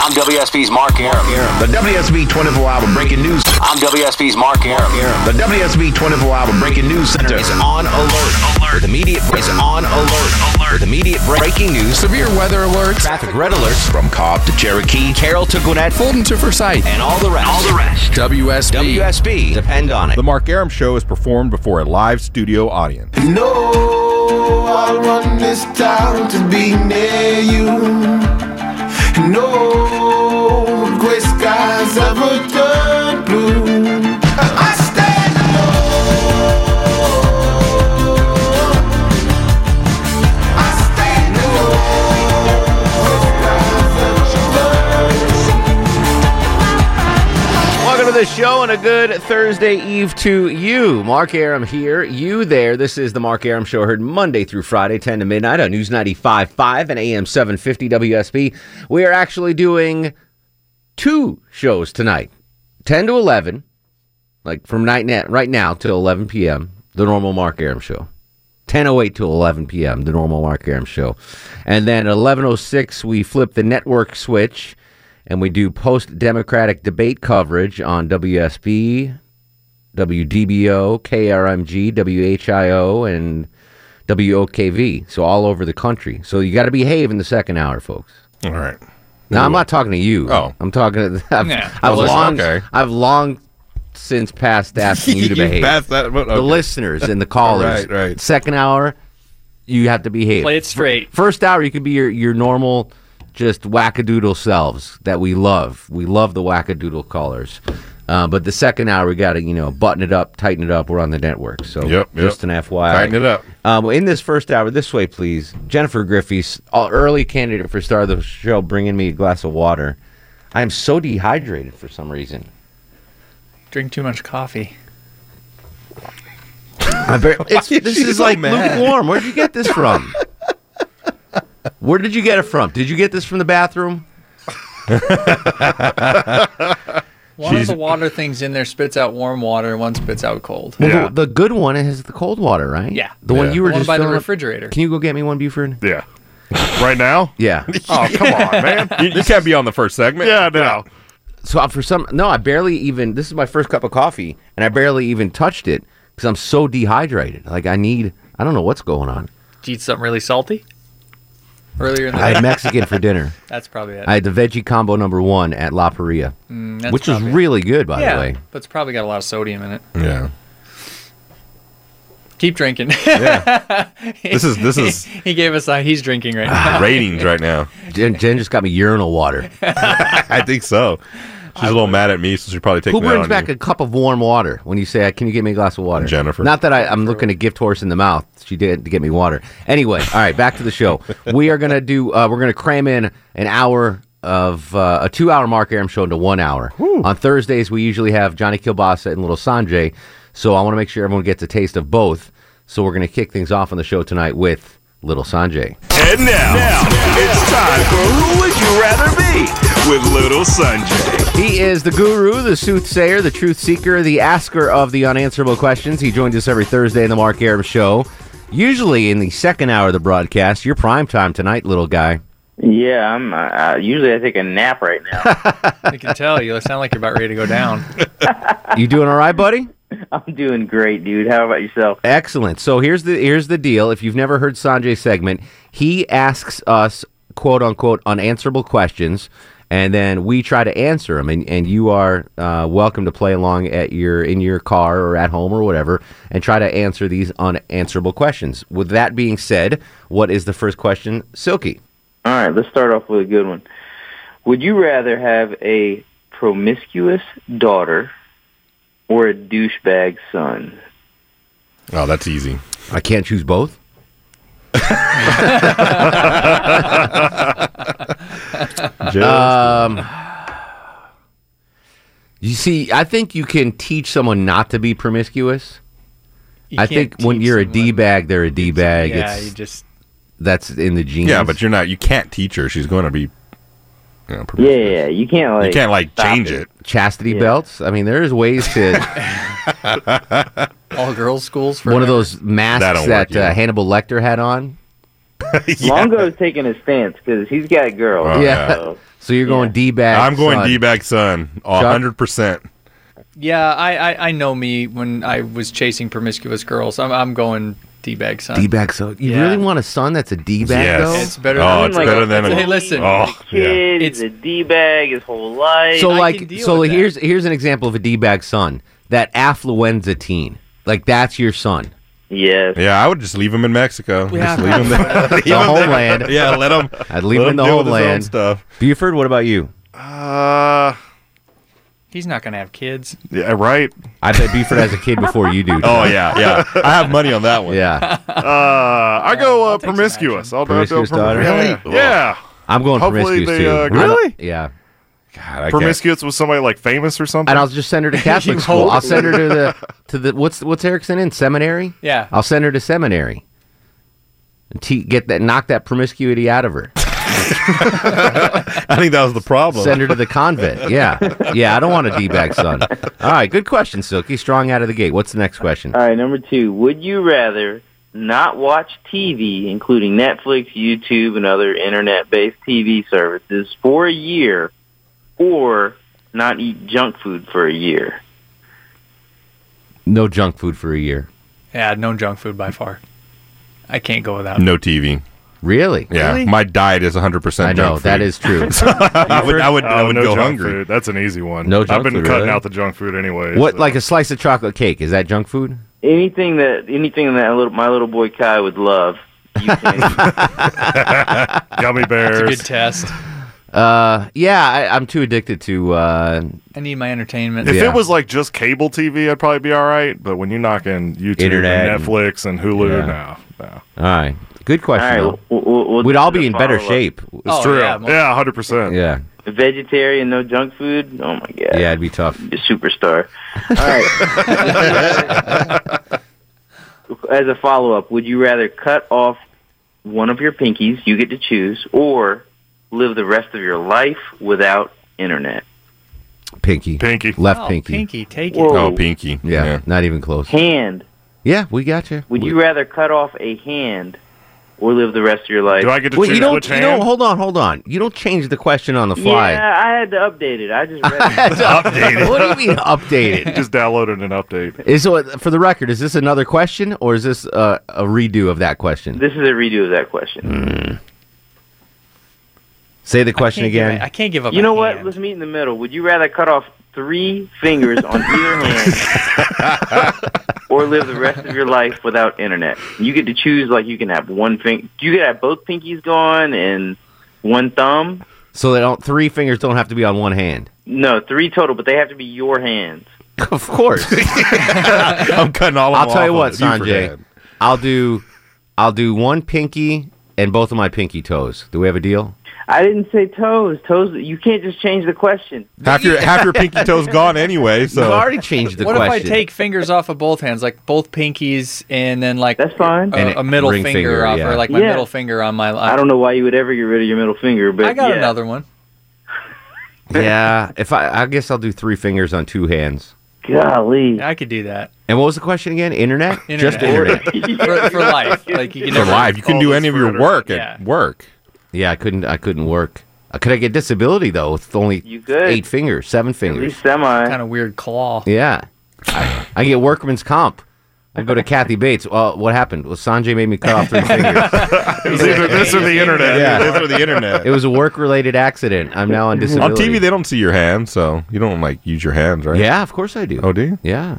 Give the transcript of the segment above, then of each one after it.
I'm WSB's Mark Aram. The WSB 24 hour breaking news. I'm WSB's Mark Aram. The WSB 24 hour breaking news center is on alert. Alert. With immediate is on alert. Alert. With immediate breaking news, severe weather alerts, traffic red alerts from Cobb to Cherokee, Carroll to Gwinnett, Fulton to Forsyth, and all the rest. All the rest. WSB. WSB. Depend on it. The Mark Aram Show is performed before a live studio audience. No, I want this town to be near you. No gray skies ever turn blue. And I stand alone. I stand alone. Welcome to the show and a good Thursday Eve to you. Mark Aram here, you there. This is the Mark Aram Show, heard Monday through Friday, 10 to midnight on News 95.5 and AM 750 WSB. We are actually doing two shows tonight 10 to 11, like from night net, right now till 11 p.m., the normal Mark Aram Show. 10:08 to 11 p.m. the normal Mark Aram show, and then at 11:06 we flip the network switch, and we do post Democratic debate coverage on WSB, WDBO, KRMG, WHIO, and WOKV. So all over the country. So you got to behave in the second hour, folks. All right. Now I'm not talking to you. Oh. I'm talking to. I've, Yeah. I've Well, listen, long. okay. I've long since passed asking you to behave. passed that. but The uh, okay. listeners and the callers. Right, right. Second hour, you have to behave. Play it straight. First hour, you could be your, your normal, just wackadoodle selves that we love. We love the wackadoodle callers. Uh, but the second hour, we got to, you know, button it up, tighten it up. We're on the network. So Yep, just yep. an FYI. Tighten it up. Um, in this first hour, this way, please. Jennifer Griffey's uh, early candidate for star of the show, bringing me a glass of water. I am so dehydrated for some reason. Drink too much coffee. I'm very, it's, is this she is so like mad? lukewarm. Where'd you get this from? Where did you get it from? Did you get this from the bathroom? One of the water things in there spits out warm water, and one spits out cold. Well, the, the good one is the cold water, right? Yeah. The one Yeah. you were The one just by the filling up- refrigerator. Can you go get me one, Buford? Yeah. right now? Yeah. Oh, come on, man. You, you can't be on the first segment. Yeah, no. so I- for some, no, I barely even. This is my first cup of coffee, and I barely even touched it because I'm so dehydrated. Like I need. I don't know what's going on. Did you eat something really salty earlier in the I day? had Mexican for dinner. That's probably it. Mm, I had the veggie combo number one at La Paria, That's which was probably- really good, by yeah, the way. but it's probably got a lot of sodium in it. Yeah. Keep drinking. Yeah. this is this is he gave us a he's drinking right now. ratings right now. Jen, Jen just got me urinal water. I think so. She's a little mad at me, so she probably take Who that brings on back you. a cup of warm water when you say, "Can you get me a glass of water?" Jennifer. Not that I, I'm looking a gift horse in the mouth. She did to get me water. Anyway, all right, back to the show. We are gonna do. Uh, we're gonna cram in an hour of uh, a two-hour Mark Aram show into one hour. On Thursdays, we usually have Johnny Kilbasa and Little Sanjay. So I want to make sure everyone gets a taste of both. So we're gonna kick things off on the show tonight with Little Sanjay. And now, it's time for Who Would You Rather Be with Little Sanjay. He is the guru, the soothsayer, the truth seeker, the asker of the unanswerable questions. He joins us every Thursday in the Mark Aram Show. Usually in the second hour of the broadcast, your prime time tonight, little guy. Yeah, I'm. Uh, usually, I take a nap right now. I can tell you. sound like you're about ready to go down. You doing all right, buddy? I'm doing great, dude. How about yourself? Excellent. So here's the here's the deal. If you've never heard Sanjay's segment, he asks us quote unquote unanswerable questions, and then we try to answer them. And, and you are uh, welcome to play along at your in your car or at home or whatever, and try to answer these unanswerable questions. With that being said, what is the first question, Silky? All right, let's start off with a good one. Would you rather have a promiscuous daughter or a douchebag son? Oh, that's easy. I can't choose both. Um, you see, I think you can teach someone not to be promiscuous. You I can't think when teach you're a someone- d bag, they're a d bag. yeah, it's you just that's in the genes. yeah, but you're not. You can't teach her. She's going to be. You know, Yeah, promiscuous. yeah, yeah. You can't like. you can't like stop change it. chastity Yeah. belts. I mean, there is ways to all girls schools for one of those masks don't that work, uh, yeah. Hannibal Lecter had on. Longo's taking a stance because he's got girls. Oh, yeah. So, So you're going d bag. I'm going son. D back son, Chuck? hundred percent. Yeah, I, I I know me when I was chasing promiscuous girls. I'm I'm going d bag son. D bag. So you Yeah. really want a son that's a d bag Yes. It's better Oh, than- it's better than a. Hey, listen. Oh, yeah. kid, yeah. he's a d bag his whole life. though? So I can like, deal so with that. here's here's an example of a d bag son. That affluenza teen, like that's your son. yes. Yeah, I would just leave him in Mexico. Yeah. Just leave him there. Leave The him there. homeland. Yeah, let him. I'd leave let him in the deal with his own homeland. Stuff. Buford, what about you? Uh, He's not gonna have kids. yeah, right. I bet Buford has a kid before you do. Oh yeah, yeah. I have money on that one. Yeah, Uh, I go uh, take some promiscuous. I'll, I'll Promiscuous go daughter? Yeah. yeah. I'm going Hopefully promiscuous they, too. uh, I don't- really? Yeah, God, I can't- Promiscuous with somebody like famous or something. and I'll just send her to Catholic You school. hope. I'll send her to the to the what's what's Erickson in seminary? Yeah. I'll send her to seminary. And te- get that knock that promiscuity out of her. I think that was the problem. Send her to the convent. Yeah, yeah. I don't want a d bag son. All right, good question, Silky. Strong out of the gate. What's the next question? All right, number two. Would you rather not watch TV, including Netflix, YouTube, and other internet-based TV services, for a year, or not eat junk food for a year? No junk food for a year. Yeah, no junk food by far. I can't go without. it. no TV. Really? Yeah, my diet is 100 percent. I know that is true. I would. I would, Oh, I would no go junk hungry. Food. That's an easy one. No junk I've been food, cutting really? out the junk food anyway. what, so- like a slice of chocolate cake? Is that junk food? Anything that anything that little, my little boy Kai would love. You can. gummy It's a bears? good test. Uh, yeah, I, I'm too addicted to. Uh, I need my entertainment. if Yeah. it was like just cable TV, I'd probably be all right. But when you knock in YouTube, Internet and- and Netflix, and Hulu, Yeah. no, no, all right, good All question. right, though. we'll- we'll- we'll We'd all do be the in better follow-up. shape. Oh, true. yeah, mo- Yeah, hundred percent. Yeah, Vegetarian, no junk food. Oh my god. yeah, it'd be tough. the superstar. All right. As a follow up, would you rather cut off one of your pinkies, you get to choose, or live the rest of your life without internet? Pinky, Pinky. left Oh, pinky. pinky, take it. Whoa. Oh, pinky. Yeah, not even close. Hand. Yeah, we got you. Would We- you rather cut off a hand or live the rest of your life? Do I get to Well, choose you don't. which You don't. hand? Hold on. Hold on. You don't change the question on the fly. Yeah, I had to update it. I just read it. Updated. What do you mean updated? just downloaded an update. Is so for the record, is this another question or is this uh, a redo of that question? This is a redo of that question. Say the I question can't give- again. I can't give up. You a know what? hand. Let's meet in the middle. Would you rather cut off three fingers on either hand or live the rest of your life without internet? You get to choose, like, you can have one thing. You could have both pinkies gone and one thumb. so they don't. Three fingers don't have to be on one hand. No, three total, but they have to be your hands. Of course. I'm cutting all. Of I'll them tell you off what, of Buford Sanjay. Head. I'll do. I'll do one pinky and both of my pinky toes. Do we have a deal? I didn't say toes. Toes, you can't just change the question. Half your half your pinky toe's gone anyway. We've So already changed the what if question. I take fingers off of both hands, like both pinkies, and then like That's fine. a, And a middle ring finger, finger, off, yeah. or like my Yeah. middle finger on my. I don't know why you would ever get rid of your middle finger, but I got yeah. another one. yeah, if I, I guess I'll do three fingers on two hands. Golly. I could do that And what was the question again? Internet? Just Internet. internet. for, for life. Like you can for never. life, you can All do this any of your murder. work Yeah. at work. yeah, I couldn't. I couldn't work. Uh, Could I get disability though with only You could. eight fingers, seven At fingers? least semi. Kind of weird claw. Yeah, I, I get workman's comp. I go to Kathy Bates. Well, what happened? Well, Sanjay made me cut off three fingers. It was either this or the internet. Yeah, those are the internet. It was a work-related accident. I'm now on On disability. TV, they don't see your hands, so you don't like use your hands, right? yeah, of course I do. Oh, do you? Yeah.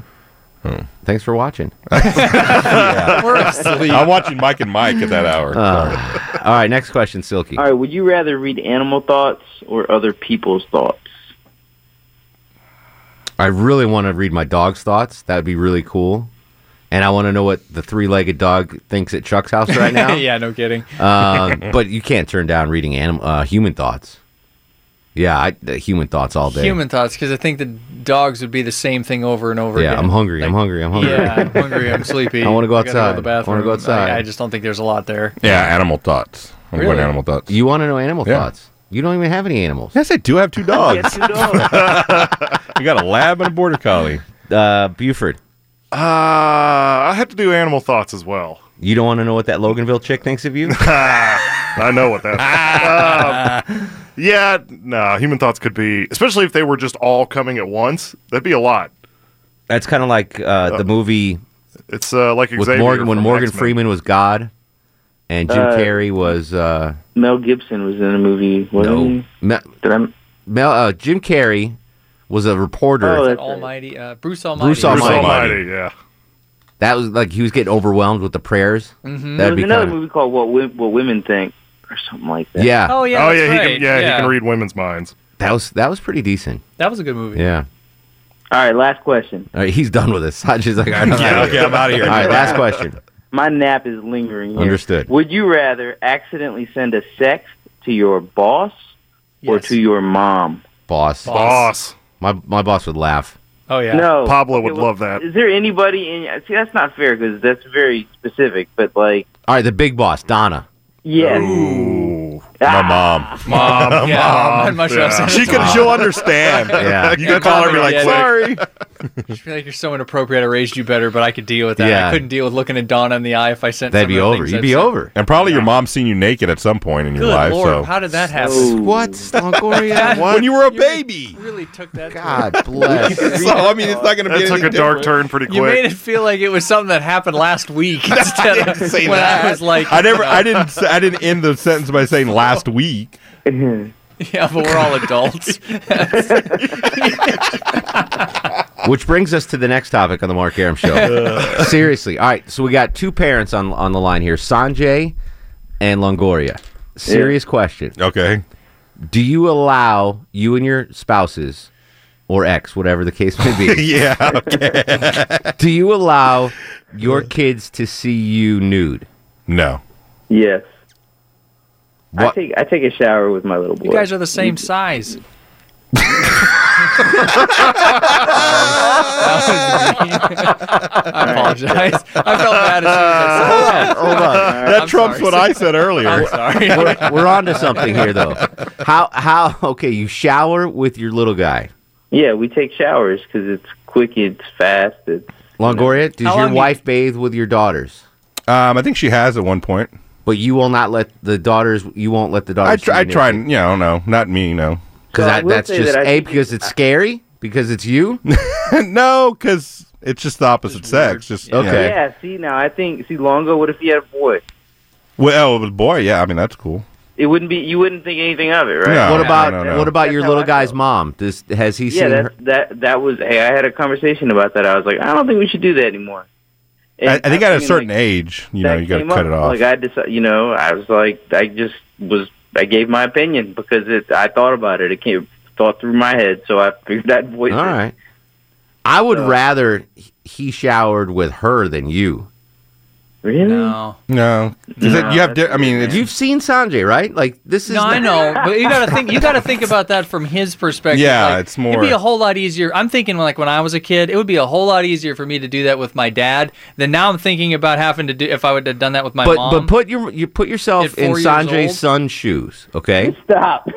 Thanks for watching. We're asleep. I'm watching Mike and Mike at that hour. Uh. All right, next question, Silky. All right, would you rather read animal thoughts or other people's thoughts? I really want to read my dog's thoughts. That would be really cool. And I want to know what the three-legged dog thinks at Chuck's house right now. yeah, no kidding. um, but you can't turn down reading anim- uh, human thoughts. Yeah, I, the human thoughts all day. Human thoughts, because I think the dogs would be the same thing over and over yeah, again. I'm hungry. I'm hungry. I'm hungry. Yeah, I'm hungry. I'm sleepy. I wanna go gotta outside. to the bathroom. I wanna go outside. I, I just don't think there's a lot there. Yeah, animal thoughts. I'm Really? going animal thoughts. You want to know animal Yeah. thoughts? You don't even have any animals. yes, I do have two dogs. Two dogs. we got a lab and a border collie. Uh, Buford, Uh, I have to do animal thoughts as well. you don't want to know what that Loganville chick thinks of you? I know what that. um, yeah, nah. Human thoughts could be, especially if they were just all coming at once. That'd be a lot. That's kind of like uh, the movie It's uh, like with Xavier Morgan when from Morgan X-Men. Freeman was God, and Jim Uh, Carrey was uh, Mel Gibson was in a movie. Wasn't no he? Me- Did I? Mel, uh, Jim Carrey was a reporter. Oh, that's right. Almighty, uh, Bruce Almighty. Bruce Bruce Almighty. Almighty. Yeah. Oh, that was like he was getting overwhelmed with the prayers. There Mm-hmm. That'd was be another kinda- movie called What Wo- What Women Think or something like that. Yeah, Oh yeah. oh that's yeah, he right. can. Yeah, he can read women's minds. that was that was pretty decent. That was a good movie. Yeah, All right, last question. All right, he's done with us. Hodge is like, all right, I'm Yeah, outta okay, here. I'm out of All here. right, last question. My nap is lingering. Here. Understood. Would you rather accidentally send a sext to your boss or Yes. to your mom? Boss, Boss. Boss. my my boss would laugh. Oh yeah. No, Pablo would well, love that. Is there anybody in? See, that's not fair because that's very specific. But like, All right, the big boss, Donna. yes, Ooh. My mom. Mom. Yeah. Mom. had much Yeah. less- She could. She'll understand. Yeah. You can call her and be like, Yeah, "Sorry." Sorry. I feel like you're so inappropriate. I raised you better, but I could deal with that. Yeah. I couldn't deal with looking at Donna in the eye if I sent. some of That'd be the over. things You'd I've be said. over. And probably your mom seen you naked at some point in your Good life. lord, so how did that happen? Oh. What, Longoria? what? when you were a You really- baby. Really took that. to- God bless. so I mean, it's not going to be That took anything a dark different. turn pretty quick. You made it feel like it was something that happened last week instead of Say when that. I was like, I never. I didn't. s- I didn't end the sentence by saying last week. yeah, but we're all adults. Which brings us to the next topic on the Mark Aram Show. Seriously. All right. So we got two parents on on the line here, Sanjay and Longoria. Serious question. Okay. Do you allow you and your spouses or ex, whatever the case may be, Yeah. do you allow your kids to see you nude? No. yes. I What- take I take a shower with my little boy. You guys are the same size. I apologize. I felt bad as soon as I said that. Hold on. That trumps sorry. what I said earlier. I'm sorry. We're, we're on to something here though. How how okay, you shower with your little guy. yeah, we take showers because it's quick, it's fast, it's Longoria, does How your long you- wife bathe with your daughters? Um, I think she has at one point. But you will not let the daughters. You won't let the daughters. I tr- I try. and- Yeah. I don't know. Not me. No. because So I will that's say just that I a think because it's scary because it's you. no, because it's just the opposite sex. Just Okay. yeah. Yeah, see now I think see Longo. What if he had a boy? Well, with boy. Yeah. I mean, that's cool. It wouldn't be. You wouldn't think anything of it, right? No. what about no, no. what about your That's little how I guy's feel. mom? Does has Yeah, he seen her? that that that was. Hey, I had a conversation about that. I was like, I don't think we should do that anymore. And I, I think at a mean, certain like, age, you know, that you got to came cut up. it off. Like I decided, you know, I was like, I just was. I gave my opinion because it. I thought about it. It came thought through my head, so I figured that voice. All right. I would rather h- he showered with her than you. Really? No, no. Is it, No, you have. that's Di- I mean, weird, it's, You've seen Sanjay, right? Like this is. no, I not- know, but you gotta think. You gotta think about that from his perspective. Yeah, Like, it's more- It'd be a whole lot easier. I'm thinking like when I was a kid, it would be a whole lot easier for me to do that with my dad than now. I'm thinking about having to do if I would have done that with my But mom. but put your you put yourself At in four years old? Sanjay's son's shoes. Okay. Stop.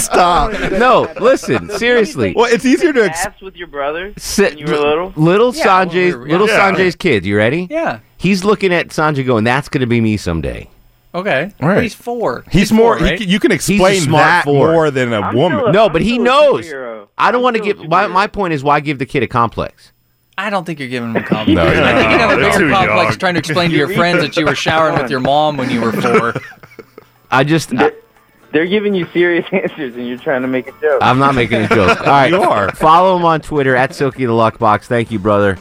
Stop. no, listen. Seriously. well, it's easier to. Ex- Ass with your brother. Si- when you were little. little Yeah, when we Sanjay's were- little yeah. Sanjay's kid. You ready? yeah, He's looking at Sanjay going, "That's going to be me someday." okay. All right. He's four. he's more. four, right? he, you can explain smart that four. more than a I'm woman. still a- No, I'm but he still a knows. superhero. I don't I'm want to still a give. My, superhero. my point is, why give the kid a complex? I don't think you're giving him a compliment. No, you're I think you have not. a They're bigger too complex young. trying to explain to your friends that you were showering with your mom when you were four. I just, I, They're giving you serious answers, and you're trying to make a joke. am not making a joke. All right, You are. Follow him on Twitter at Silky the Luckbox. Thank you, brother.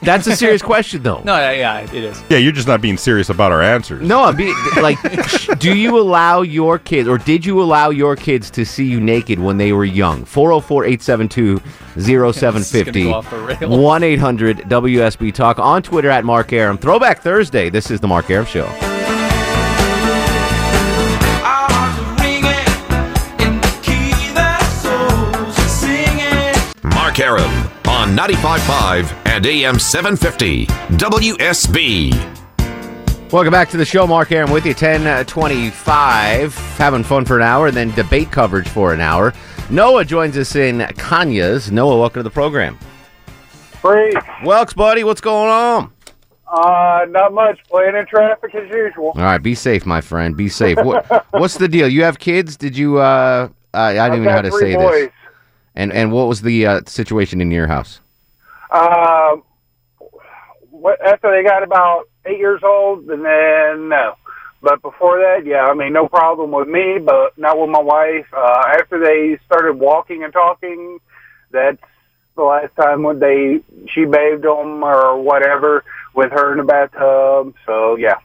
That's a serious question, though. No, yeah, yeah, it is. Yeah, you're just not being serious about our answers. No, I'm being like, sh- do you allow your kids, or did you allow your kids to see you naked when they were young? 404 872 This 0750. is gonna go off the rails. 1 800 WSB Talk on Twitter at Mark Aram. Throwback Thursday. This is The Mark Aram Show. I'm Arum on 95.5 and AM 750 WSB. Welcome back to the show, Mark Aaron with you. 1025, having fun for an hour, and then debate coverage for an hour. Noah joins us in Kanya's. Noah, welcome to the program. Great. Welks, buddy, what's going on? Uh, not much. Playing in traffic as usual. All right, be safe, my friend. Be safe. What, what's the deal? You have kids? Did you? Uh, I, I don't even know how got to three say boys. this. And and what was the uh, situation in your house? Um, what, after they got about eight years old, and then no. But before that, yeah, I mean, no problem with me, but not with my wife. Uh, after they started walking and talking, that's the last time when they she bathed them or whatever with her in the bathtub. So yeah.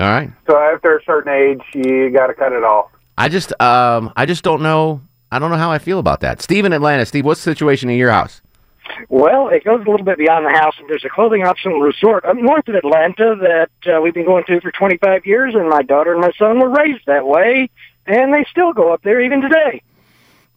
All right. So after a certain age, you got to cut it off. I just um I just don't know. I don't know how I feel about that. Steve in Atlanta. Steve, what's the situation in your house? Well, it goes a little bit beyond the house. There's a clothing optional resort up north of Atlanta that uh, we've been going to for 25 years, and my daughter and my son were raised that way, and they still go up there even today.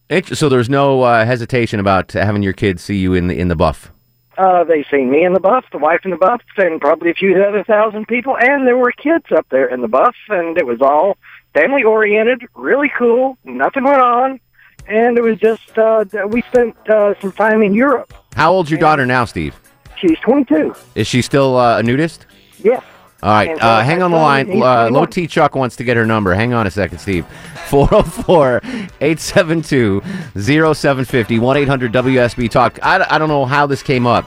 It, so there's no uh, hesitation about having your kids see you in the in the buff. Uh, they seen me in the buff, the wife in the buff, and probably a few other thousand people, and there were kids up there in the buff, and it was all family oriented, really cool. Nothing went on, and it was just uh, that we spent uh, some time in Europe. How old's your daughter now, Steve? She's 22. Is she still uh, a nudist? Yes. All right, uh, hang on the line. Uh, Low T Chuck wants to get her number. Hang on a second, Steve. 404 872 0750 1 800 WSB Talk. I, I don't know how this came up.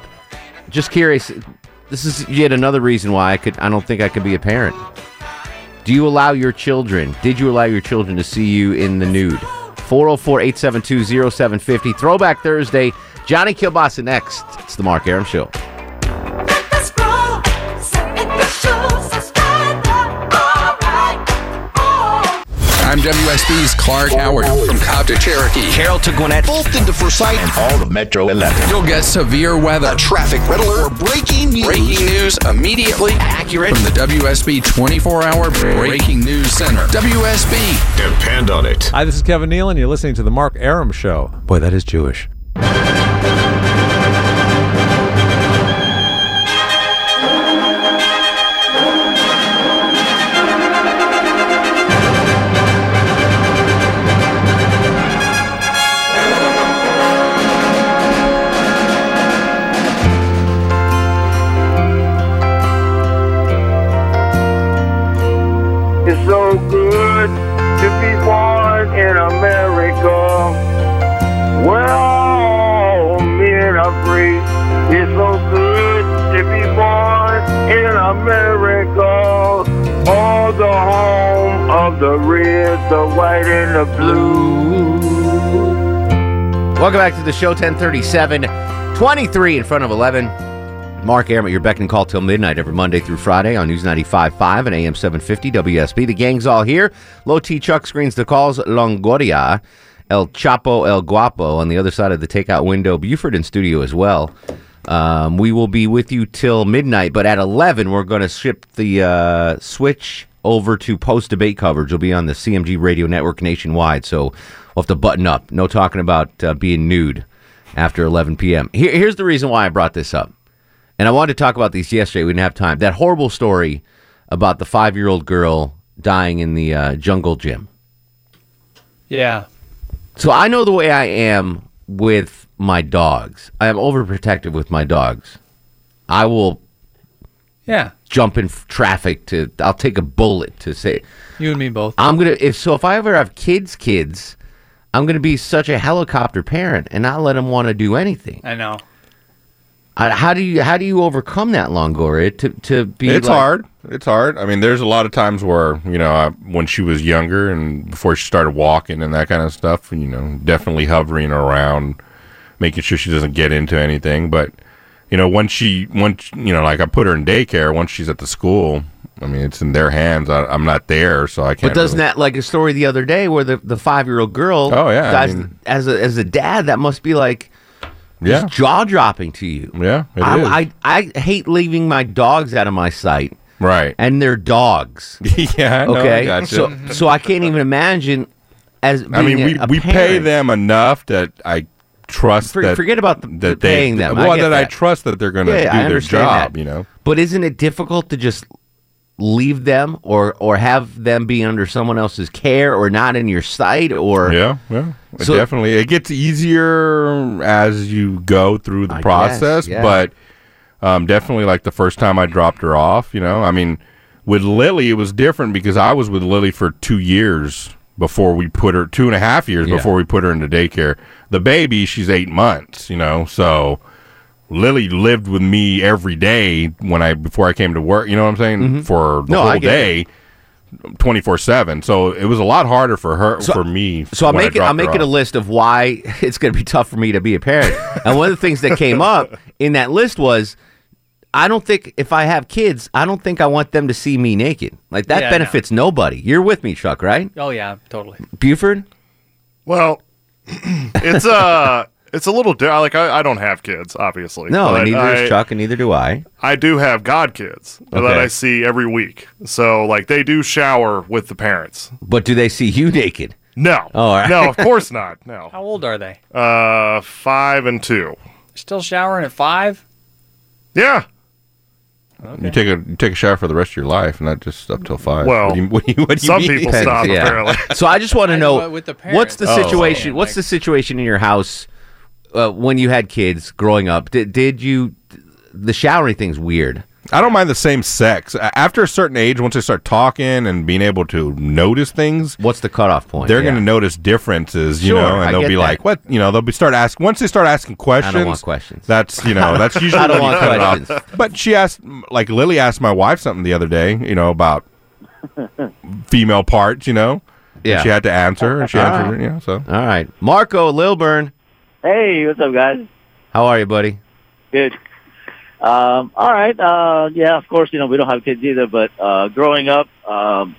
Just curious. This is yet another reason why I could. I don't think I could be a parent. Do you allow your children? Did you allow your children to see you in the nude? 404 872 0750. Throwback Thursday. Johnny Kilbasa next. It's the Mark Aram Show. I'm WSB's Clark Howard from Cobb to Cherokee, Carroll to Gwinnett, Fulton to Forsyth, and all the Metro 11. You'll get severe weather, a traffic riddler, or breaking news. Breaking news immediately accurate from the WSB 24-hour Breaking News Center. WSB, depend on it. Hi, this is Kevin Nealon. You're listening to the Mark Aram Show. Boy, that is Jewish. It's so good to be born in America, where all men are free. It's so good to be born in America, all the home of the red, the white, and the blue. Welcome back to the show, 1037, 23 in front of 11. Mark Aram at your beck and call till midnight every Monday through Friday on News 95.5 and AM 750 WSB. The gang's all here. Low T Chuck screens the calls. Longoria, El Chapo, El Guapo on the other side of the takeout window. Buford in studio as well. Um, we will be with you till midnight, but at 11, we're going to ship the uh, switch over to post debate coverage. We'll be on the CMG radio network nationwide, so we'll have to button up. No talking about uh, being nude after 11 p.m. Here, here's the reason why I brought this up, and I wanted to talk about these yesterday. We didn't have time. That horrible story about the five year old girl dying in the uh, jungle gym. Yeah. So I know the way I am with my dogs. I am overprotective with my dogs. I will Yeah. jump in f- traffic to. I'll take a bullet to say. You and me both. I'm gonna if so if I ever have kids, kids, I'm gonna be such a helicopter parent and not let them want to do anything. I know. I, how do you how do you overcome that Longoria to to be? it's like- hard. It's hard. I mean, there's a lot of times where you know, I, when she was younger and before she started walking and that kind of stuff, you know, definitely hovering around, making sure she doesn't get into anything. But you know, once she, once you know, like I put her in daycare. Once she's at the school, I mean, it's in their hands. I, I'm not there, so I can't. But doesn't really- that like a story the other day where the, the five year old girl? Oh, yeah, I dies- mean- as a as a dad, that must be like, Yeah. just jaw dropping to you. Yeah, it is. I, I I hate leaving my dogs out of my sight. Right. And they're dogs. yeah. no, I okay. gotcha. So so I can't even imagine as I mean, being we, a- a we pay parent. them enough that I trust For- that forget about the- the they- paying them. I Well, get that, I that. trust that they're going to Yeah, I do their understand job. that. You know, But isn't it difficult to just leave them or or have them be under someone else's care or not in your sight or Yeah, yeah. It So- definitely. It gets easier as you go through the I process, guess, yeah. but um, definitely like the first time I dropped her off, you know, I mean, with Lily, it was different because I was with Lily for two years before we put her, two and a half years Yeah. before we put her into daycare. The baby, she's eight months, you know, so. Lily lived with me every day when I before I came to work. You know what I'm saying? For the Mm-hmm. No, I whole get it. day, twenty four seven. So it was a lot harder for her for me. So I'm when I making dropped I'm her making a off. list of why it's going to be tough for me to be a parent. and one of the things that came up in that list was I don't think if I have kids, I don't think I want them to see me naked. Like that Yeah, no. benefits nobody. You're with me, Chuck, right? Oh yeah, totally. Buford? Well, it's uh it's a little di- like I, I don't have kids, obviously. No, but and neither I- is Chuck, and neither do I. I do have god kids that Okay. I see every week. So like they do shower with the parents. But do they see you naked? No. Oh, all right. No, of course not. No. How old are they? Uh 5 and 2. Still showering at five? Yeah. You take a you take a shower for the rest of your life, not just up till five. Well, what do you, what do you, what do you some mean? people stop, Yeah. apparently. So I just want to know with the parents. what's the Oh. situation? what's the situation in your house uh, when you had kids growing up? Did did you the showering thing's weird? I don't mind the same sex. A- After a certain age, once they start talking and being able to notice things, what's the cutoff point? They're Yeah. going to notice differences, you Sure, know, I and they'll get be that. like, "What?" You know, they'll be start asking. Once they start asking questions, questions. That's you know, that's I usually don't when want you cut it off. questions. But she asked, like Lily asked my wife something the other day, you know, about female parts, you know. And Yeah. Ah. she had to answer, and she All answered, right. you know. So All right, Marco Lilburn, Hey, what's up, guys? how are you, buddy? Good. Um, all right. Uh, yeah, of course, you know, we don't have kids either, but uh, growing up, um,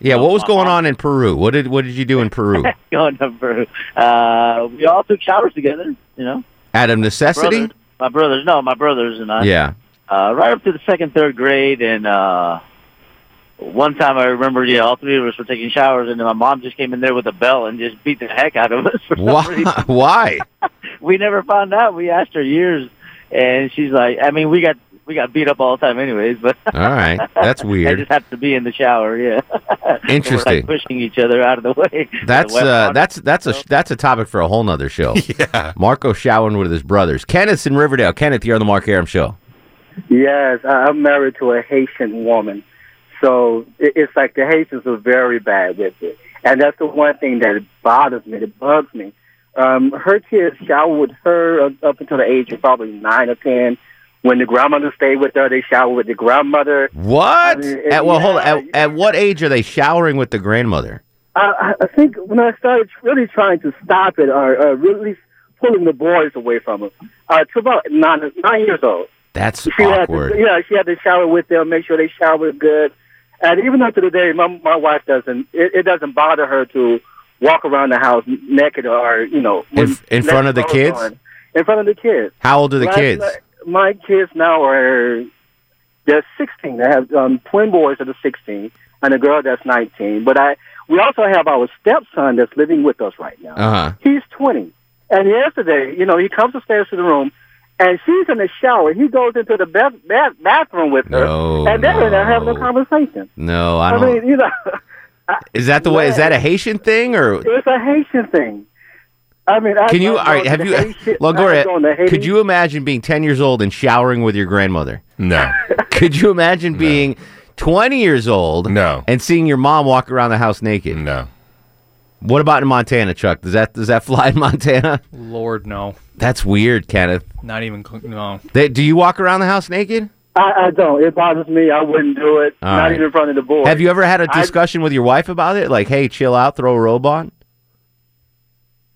Yeah, what was going on in Peru? What did what did you do in Peru? going up for, uh, we all took showers together, you know. Out of necessity? Brothers, my brothers, no, my brothers and I. Yeah. Uh, right up to the second, third grade, and uh, one time I remember, yeah, all three of us were taking showers, and then my mom just came in there with a bell and just beat the heck out of us. For some reason. Why? Why? we never found out. We asked her years, and she's like, I mean, we got we got beat up all the time, anyways. But All right, that's I weird. just happened to be in the shower. Yeah, We're Interesting. like pushing each other out of the way. That's The wet uh, water. that's that's a that's a topic for a whole nother show. Yeah. Marco showering with his brothers. Kenneth's in Riverdale. Kenneth, you're on the Mark Aram show. Yes, I- I'm married to a Haitian woman, so it- it's like the Haitians are very bad with it, and that's the one thing that bothers me, that bugs me. Um, her kids shower with her up- up until the age of probably nine or ten. When the grandmother stayed with her, they shower with the grandmother. What? I mean, it- at, well, hold on. At, at what age are they showering with the grandmother? I, I I think when I started really trying to stop it, or uh, really pulling the boys away from her, uh, to about nine nine years old. That's she Had to, awkward. yeah, she had to shower with them, make sure they shower good. And even up to the day, my, my wife doesn't. It, it doesn't bother her to walk around the house naked or you know In, with in front of the clothes kids? on. In front of the kids. How old are the My- kids? My, my kids now are they're sixteen. They have um, twin boys that are sixteen and a girl that's nineteen. But I we also have our stepson that's living with us right now. Uh huh. He's 20. And yesterday, you know, he comes upstairs to the room, and she's in the shower. He goes into the bath, bath, bathroom with her, No, and they're in there having a no. conversation. No, I I, don't. mean, you know, is that the way? Is that a Haitian thing or? it's a Haitian thing. I mean, I Can you? don't All right. know Have the you? Haitian- I don't know the Longoria, Haitian- could you imagine being ten years old and showering with your grandmother? No. could you imagine being twenty years old? No. And seeing your mom walk around the house naked? No. What about in Montana, Chuck? Does that does that fly in Montana? Lord, no. That's weird, Kenneth. Not even cl- no. They, do you walk around the house naked? I, I don't. It bothers me. I wouldn't do it. All not right. even in front of the board. Have you ever had a I- discussion with your wife about it? Like, hey, chill out, throw a robe on.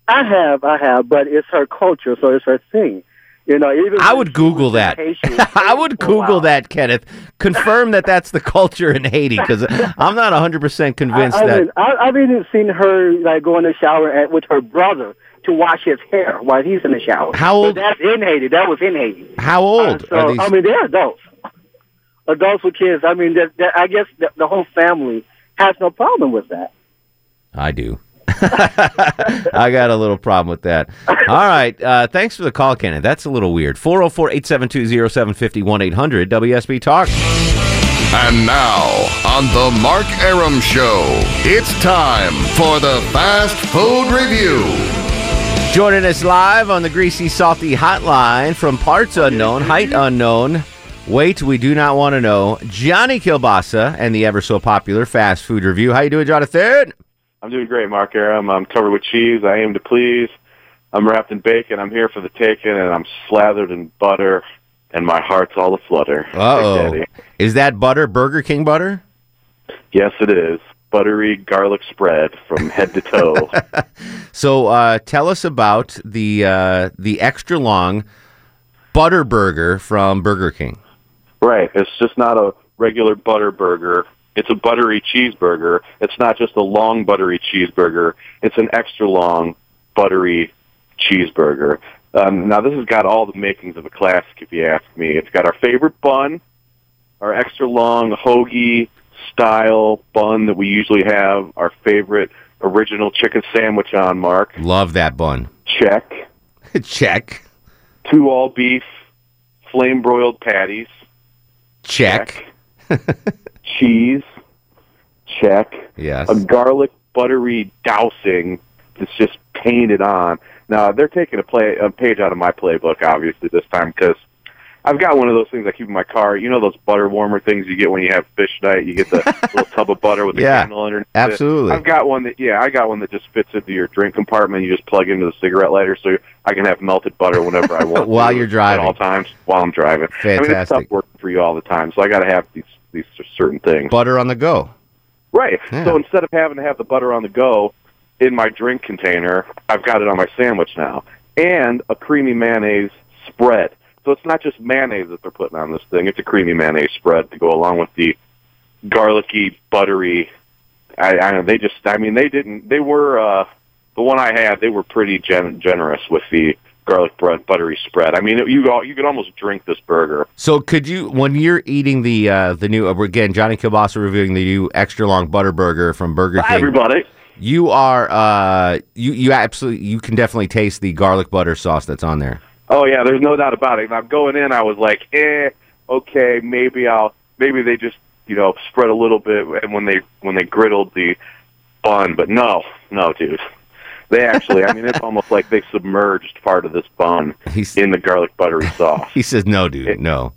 I have, I have, but it's her culture, so it's her thing. You know, even I would Google that. Haitian. I would Google that, Kenneth. Confirm that that's the culture in Haiti because I'm not 100% convinced I, I that. Mean, I, I've even seen her like go in the shower at, with her brother to wash his hair while he's in the shower. How So old- that's in Haiti. That was in Haiti. How old uh, So are these? I mean, they're adults, adults with kids. I mean, that, that, I guess the, the whole family has no problem with that. I do. I got a little problem with that. All right. Uh, thanks for the call, Kenneth. That's a little weird. 404 872 751 800 WSB Talk. And now, on the Mark Aram Show, it's time for the Fast Food Review. Joining us live on the Greasy Salty Hotline from parts unknown, height unknown, weight we do not want to know, Johnny Kilbasa and the ever so popular Fast Food Review. How you doing, Jonathan? I'm doing great, Mark Aram. I'm covered with cheese. I aim to please. I'm wrapped in bacon. I'm here for the taking, and I'm slathered in butter, and my heart's all aflutter. Uh-oh. Is that butter, Burger King butter? Yes, it is. Buttery garlic spread from head to toe. So uh, tell us about the uh, the extra long butter burger from Burger King. right. It's just not a regular butter burger. It's a buttery cheeseburger. It's not just a long buttery cheeseburger. It's an extra long buttery cheeseburger. Um, now, this has got all the makings of a classic, if you ask me. It's got our favorite bun, our extra long hoagie style bun that we usually have, our favorite original chicken sandwich on, Mark. Love that bun. Check. Check. Two all beef, flame broiled patties, Check. cheese, check. Yes. A garlic buttery dousing that's just painted on. Now they're taking a play a page out of my playbook, obviously this time because I've got one of those things I keep in my car. You know those butter warmer things you get when you have fish night. You get the little tub of butter with the Yeah, candle underneath. it. absolutely. I've got one that yeah, I got one that just fits into your drink compartment. You just plug into the cigarette lighter, so I can have melted butter whenever I want. While to, you're driving. at all times while I'm driving. I mean, it's tough Fantastic. working for you all the time, so I got to have these these certain things. Butter on the go. Right. Yeah. So instead of having to have the butter on the go in my drink container, I've got it on my sandwich now. And a creamy mayonnaise spread. So it's not just mayonnaise that they're putting on this thing, it's a creamy mayonnaise spread to go along with the garlicky, buttery I, I don't know, they just I mean they didn't they were uh the one I had, they were pretty gen- generous with the garlic bread buttery spread. I mean, it, you all, you could almost drink this burger. So could you, when you're eating the uh, the new again, Johnny Kilbasa reviewing the new extra long butter burger from Burger King. everybody. You are uh, you you absolutely you can definitely taste the garlic butter sauce that's on there. Oh yeah, there's no doubt about it. And I'm going in. I was like, eh, okay, maybe I'll, maybe they just, you know, spread a little bit. And when they when they griddled the bun, but no, no, dude, they actually. I mean, it's almost like they submerged part of this bun in the garlic buttery sauce. He says, "No, dude, no,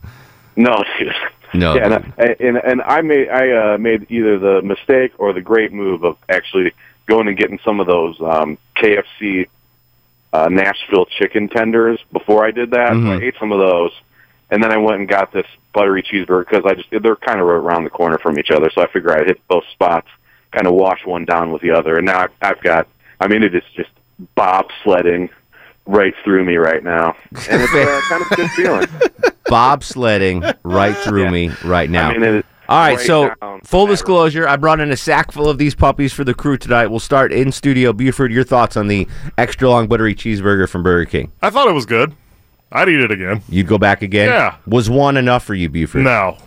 No, dude. no." yeah, dude. and, I, and and I made I uh, made either the mistake or the great move of actually going and getting some of those um, KFC uh, Nashville chicken tenders before I did that. Mm-hmm. Mhm. I ate some of those, and then I went and got this buttery cheeseburger because I just they're kind of around the corner from each other, so I figure I hit both spots, kind of wash one down with the other, and now I've, I've got. I mean, it is just bobsledding right through me right now, and it's uh, kind of a good feeling. bobsledding right through me right now. I mean, it- All right, right so down full disclosure, I brought in a sack full of these puppies for the crew tonight. We'll start in studio. Buford, your thoughts on the extra long buttery cheeseburger from Burger King? I thought it was good. I'd eat it again. You'd go back again? Yeah. Was one enough for you, Buford? No.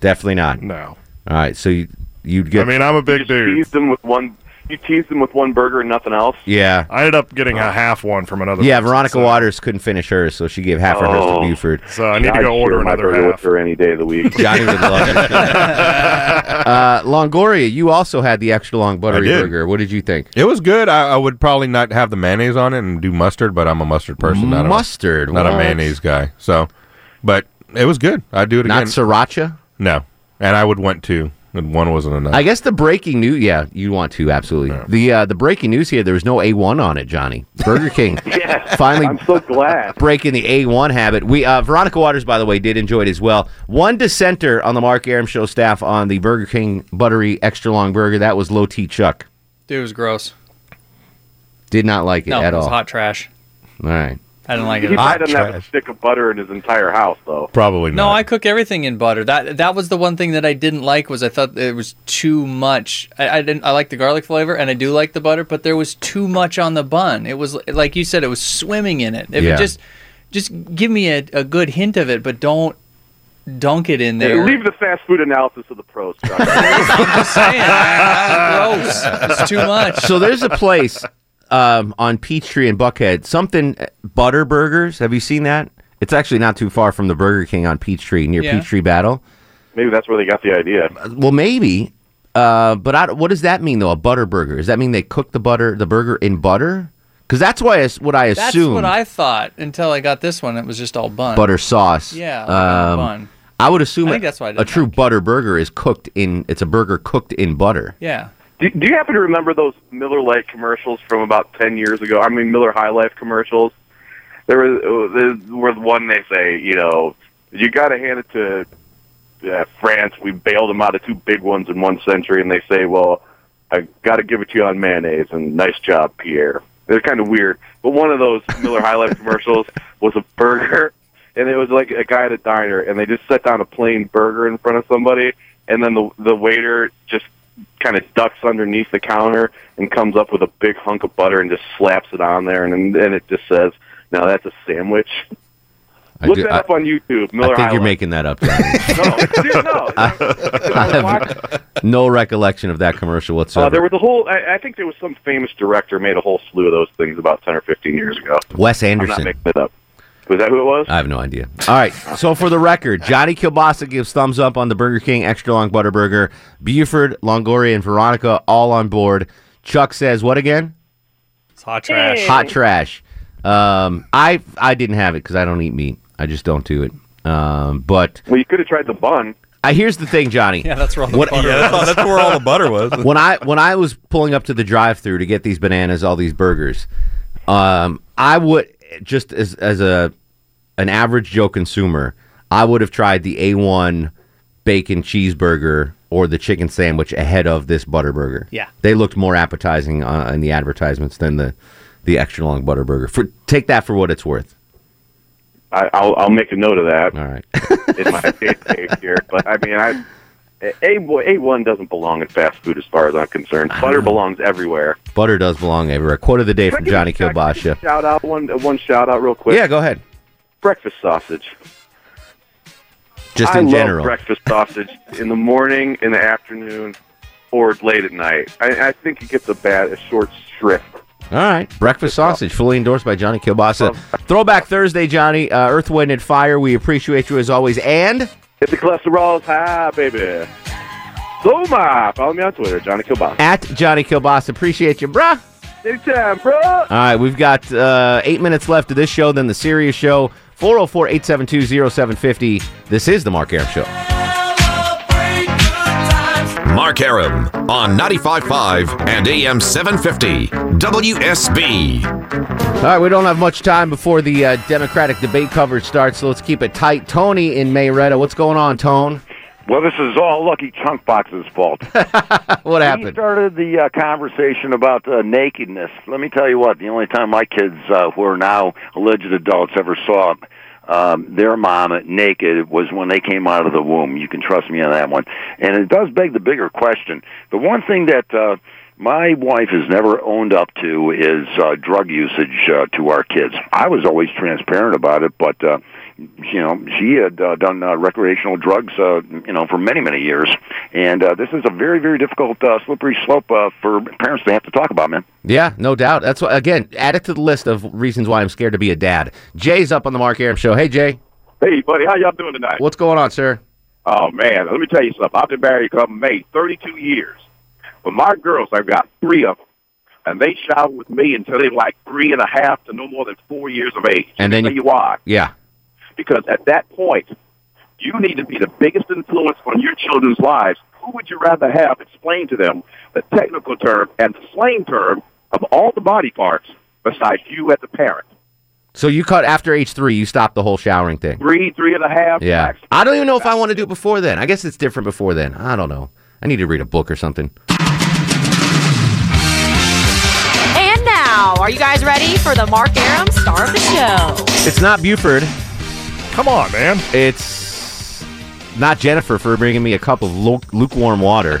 Definitely not. No. All right, so you, you'd get. you just Teased them with one. You teased them with one burger and nothing else. Yeah. I ended up getting a half one from another. Uh-huh. Yeah, person, Veronica so- Waters couldn't finish hers, so she gave half of hers Oh. to Buford. So I need to I'd go order share my another burger half. with her any day of the week. Johnny would love it. uh, Longoria, you also had the extra long buttery did. burger. What did you think? It was good. I, I would probably not have the mayonnaise on it and do mustard, but I'm a mustard person, not Mustard, a, not a what? mayonnaise guy. So, but it was good. I'd do it Not again. sriracha? No, and I would want two, and one wasn't enough. I guess the breaking news. Yeah, you want to absolutely. The uh, the breaking news here. There was no A one on it, Johnny. Burger King finally. I'm so glad breaking the A one habit. We uh, Veronica Waters, by the way, did enjoy it as well. One dissenter on the Mark Aram Show staff on the Burger King buttery extra long burger. That was Low T Chuck. Dude, it was gross. Did not like it No, at it was all. hot trash. All right. I didn't like it. He Hot probably doesn't have a stick of butter in his entire house, though. Probably No, I cook everything in butter. That that was the one thing that I didn't like was I thought it was too much. I, I didn't. I like the garlic flavor and I do like the butter, but there was too much on the bun. It was like you said, it was swimming in it. If Yeah. it just just give me a, a good hint of it, but don't dunk it in there. Leave the fast food analysis of the pros. Chuck. Gross. It's too much. So there's a place um, on Peachtree and Buckhead, something uh, Butter Burgers. Have you seen that? It's actually not too far from the Burger King on Peachtree near Yeah. Peachtree Battle. Maybe that's where they got the idea. Well, maybe. Uh, but I, what does that mean though? A butter burger? Does that mean they cook the butter, the burger in butter? Because that's why I, s- what I That's assume what I thought until I got this one. It was just all bun. butter sauce. Yeah, like on a um, bun. I would assume I think that's what I a didn't true butter burger is cooked in. It's a burger cooked in butter. Yeah. Do, do you happen to remember those Miller Lite commercials from about ten years ago? I mean, Miller High Life commercials. There was uh, there was one they say, you know, you got to hand it to uh, France. We bailed them out of two big ones in one century, and they say, well, I got to give it to you on mayonnaise. And nice job, Pierre. They're kind of weird, but one of those Miller High Life commercials was a burger, and it was like a guy at a diner, and they just set down a plain burger in front of somebody, and then the the waiter just kind of ducks underneath the counter and comes up with a big hunk of butter and just slaps it on there, and then it just says, "Now that's a sandwich." I Look do- that I- up on YouTube. I Miller think High you're Life. making that up. Johnny. no, no. I have no recollection of that commercial Uh, there whatsoever. was a whole. I, I think there was some famous director made a whole slew of those things about ten or fifteen years ago. Wes I'm not Anderson. making it up. Was that who it was? I have no idea. All right. So for the record, Johnny Kilbasa gives thumbs up on the Burger King extra long butter burger. Buford, Longoria, and Veronica all on board. Chuck says what again? It's hot trash. Hot trash. Um, I I didn't have it because I don't eat meat. I just don't do it. Um, but well, you could have tried the bun. I here's the thing, Johnny. Yeah, that's where all the What- butter Yeah, that's all- was. that's where all the butter was. when I when I was pulling up to the drive-through to get these bananas, all these burgers, um, I would just as as a an average Joe consumer, I would have tried the A1 bacon cheeseburger or the chicken sandwich ahead of this butter burger. Yeah. they looked more appetizing on, in the advertisements than the the extra long butter burger. For take that for what it's worth. I, I'll, I'll make a note of that. All right. in my database here, but I mean, I a a one doesn't belong in fast food as far as I'm concerned. Butter belongs everywhere. Butter does belong everywhere. Quote of the day from Johnny Kilbasha. Shout out one one shout out real quick. Yeah, go ahead. Breakfast sausage. Just I in love general. breakfast sausage in the morning, in the afternoon, or late at night. I, I think it gets a bad a short shrift. All right. Breakfast sausage, fully endorsed by Johnny Kilbasa. Throwback Thursday, Johnny. Uh, Earth, Wind, and Fire. We appreciate you as always. And If the cholesterol is high, baby. So my follow me on Twitter, Johnny Kilbasa. at Johnny Kilbasa. Appreciate you, bruh. Anytime, bro. All right. We've got uh, eight minutes left of this show, then the serious show. 404 872 0750. This is The Mark Aram Show. Mark Aram on 95.5 and AM 750 WSB. All right, we don't have much time before the uh, Democratic debate coverage starts, so let's keep it tight. Tony in Mayretta, what's going on, Tone? Well, this is all Lucky Chunk Box's fault. what happened? He started the uh, conversation about uh, nakedness. Let me tell you what, the only time my kids, uh, who are now alleged adults, ever saw um, their mom naked was when they came out of the womb. You can trust me on that one. And it does beg the bigger question. The one thing that uh, my wife has never owned up to is uh, drug usage uh, to our kids. I was always transparent about it, but uh, you know she had uh, done uh, recreational drugs, uh, you know, for many many years, and uh, this is a very very difficult uh, slippery slope uh, for parents to have to talk about, man. Yeah, no doubt. That's what, again, add it to the list of reasons why I'm scared to be a dad. Jay's up on the Mark Aram show. Hey, Jay, Hey, buddy, how y'all doing tonight? what's going on, sir? Oh man, let me tell you something. I've been married come May, thirty-two years, but my girls, I've got three of them, and they shower with me until they're like three and a half to no more than four years of age. And then tell you why? Yeah. Because at that point, you need to be the biggest influence on your children's lives. Who would you rather have explain to them the technical term and the slang term of all the body parts besides you as a parent? So you cut after age three, you stop the whole showering thing. Three, three and a half. Yeah. I don't even know if I want to do it before then. I guess it's different before then. I don't know. I need to read a book or something. And now, are you guys ready for the Mark Aram star of the show? It's not Buford. Come on, man. It's not Jennifer for bringing me a cup of lu- lukewarm water.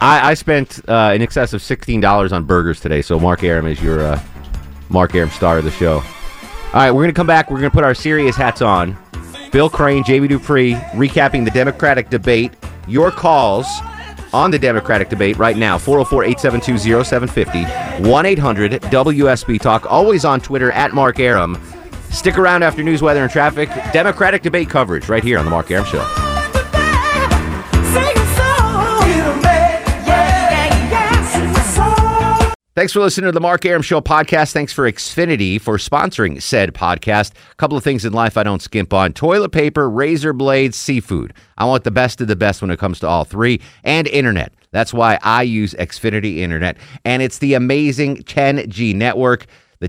I, I spent uh, in excess of sixteen dollars on burgers today. So Mark Aram is your uh, Mark Aram star of the show. All right, we're going to come back. We're going to put our serious hats on. Bill Crane, JB Dupree, recapping the Democratic debate. Your calls on the Democratic debate right now 404 872 0750 1 800 WSB Talk. Always on Twitter at Mark Aram. Stick around after news, weather, and traffic. Democratic debate coverage right here on The Mark Aram Show. Thanks for listening to the Mark Aram Show podcast. Thanks for Xfinity for sponsoring said podcast. A couple of things in life I don't skimp on toilet paper, razor blades, seafood. I want the best of the best when it comes to all three, and internet. That's why I use Xfinity Internet, and it's the amazing 10G network. The